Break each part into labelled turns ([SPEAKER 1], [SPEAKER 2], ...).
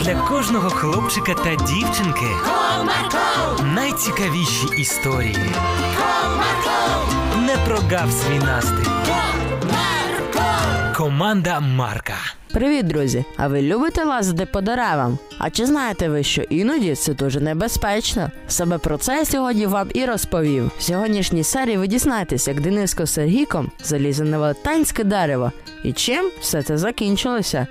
[SPEAKER 1] для кожного хлопчика та дівчинки найцікавіші історії. Не прогав свій настрій. Команда Марка.
[SPEAKER 2] Привіт, друзі! А ви любите лазити по деревам? А чи знаєте ви, що іноді це дуже небезпечно? Саме про це я сьогодні вам і розповім. В сьогоднішній серії ви дізнаєтесь, як Дениско з Сергійком залізли на велетенське дерево і чим все це закінчилося.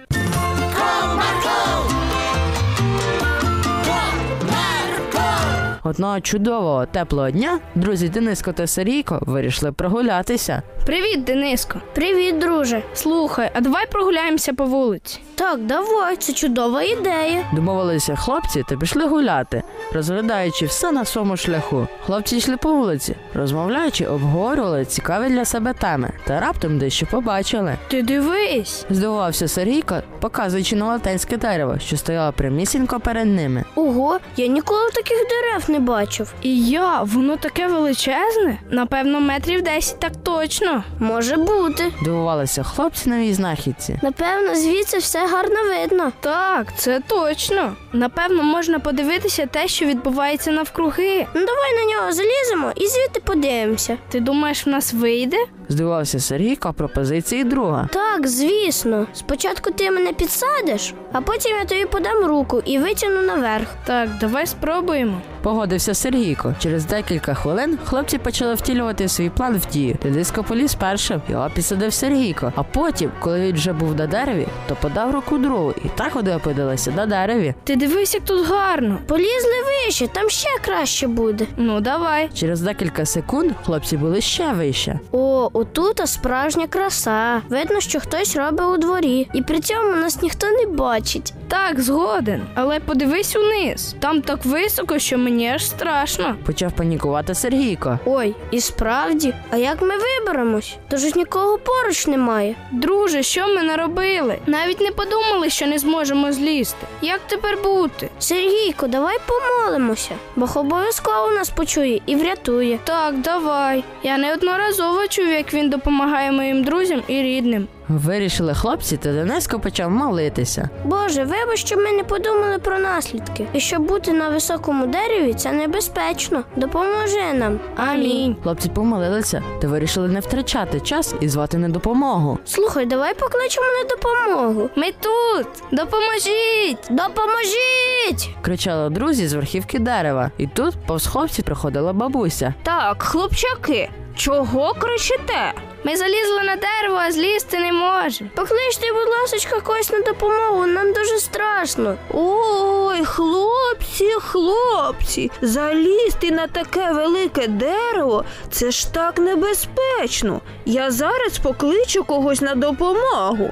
[SPEAKER 2] Одного чудового теплого дня друзі Дениско та Сергійко вирішили прогулятися.
[SPEAKER 3] Привіт, Дениско. Привіт, друже. Слухай, а давай прогуляємося по вулиці.
[SPEAKER 4] Так, давай, це чудова ідея.
[SPEAKER 2] Домовилися хлопці та пішли гуляти, розглядаючи все на своєму шляху. Хлопці йшли по вулиці, розмовляючи, обговорювали цікаві для себе теми та раптом дещо побачили.
[SPEAKER 3] Ти дивись.
[SPEAKER 2] Здивувався Сергійко, показуючи на латинське дерево, що стояло прямісінько перед ними.
[SPEAKER 4] Ого, я ніколи таких дерев не бачив.
[SPEAKER 3] І я, воно таке величезне. Напевно, метрів 10 так точно.
[SPEAKER 4] Може бути.
[SPEAKER 2] Дивувалися хлопці новій знахідці.
[SPEAKER 4] Напевно, звідси все гарно видно.
[SPEAKER 3] Так, це точно. Напевно, можна подивитися те, що відбувається навкруги.
[SPEAKER 4] Ну давай на нього заліземо і звідти подивимося.
[SPEAKER 3] Ти думаєш, в нас вийде?
[SPEAKER 2] Здивувався Сергійко пропозиції друга.
[SPEAKER 4] Так, звісно. Спочатку ти мене підсадиш, а потім я тобі подам руку і витягну наверх.
[SPEAKER 3] Так, давай спробуємо.
[SPEAKER 2] Погодився Сергійко. Через декілька хвилин хлопці почали втілювати свій план в дію. Дедиско поліз першим, його підсадив Сергійко. А потім, коли він вже був на дереві, то подав руку другу, і так вони опинилися на дереві.
[SPEAKER 3] Ти дивись, як тут гарно.
[SPEAKER 4] Полізли вище, там ще краще буде.
[SPEAKER 3] Ну, давай.
[SPEAKER 2] Через декілька секунд хлопці були ще вище.
[SPEAKER 4] О, отута справжня краса. Видно, що хтось робить у дворі, і при цьому нас ніхто не бачить.
[SPEAKER 3] Так, згоден. Але подивись униз. Там так високо, що мені аж страшно.
[SPEAKER 2] Почав панікувати Сергійко.
[SPEAKER 4] Ой, і справді, а як ми виберемось? Тож нікого поруч немає.
[SPEAKER 3] Друже, що ми наробили? Навіть не подумали, що не зможемо злізти. Як тепер бути?
[SPEAKER 4] Сергійко, давай помолимося. Бог обов'язково нас почує і врятує.
[SPEAKER 3] Так, давай. Я неодноразово чув, як він допомагає моїм друзям і рідним.
[SPEAKER 2] Вирішили хлопці, та Дениско почав молитися.
[SPEAKER 4] Боже, вибач, що ми не подумали про наслідки. І що бути на високому дереві це небезпечно. Допоможи нам.
[SPEAKER 3] Амінь.
[SPEAKER 2] Хлопці помолилися та вирішили не втрачати час і звати на допомогу.
[SPEAKER 4] Слухай, давай покличемо на допомогу.
[SPEAKER 3] Ми тут! Допоможіть!
[SPEAKER 4] Допоможіть!
[SPEAKER 2] Кричали друзі з верхівки дерева. І тут повз хлопців приходила бабуся.
[SPEAKER 3] Так, хлопчаки, чого кричите? Ми залізли на дерево, а злізти не можемо.
[SPEAKER 4] Покличте, будь ласка, когось на допомогу. Нам дуже страшно.
[SPEAKER 5] Ой, хлопці, хлопці, залізти на таке велике дерево це ж так небезпечно. Я зараз покличу когось на допомогу.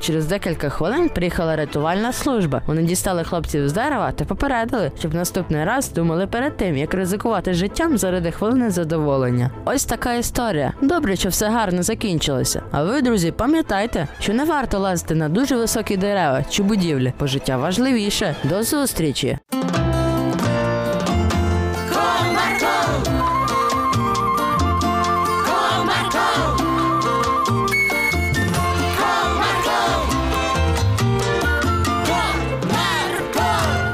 [SPEAKER 2] Через декілька хвилин приїхала рятувальна служба. Вони дістали хлопців з дерева та попередили, щоб наступний раз думали перед тим, як ризикувати життям заради хвилини задоволення. Ось така історія. Добре, що все гарно закінчилося. А ви, друзі, пам'ятайте, що не варто лазити на дуже високі дерева чи будівлі, бо життя важливіше. До зустрічі!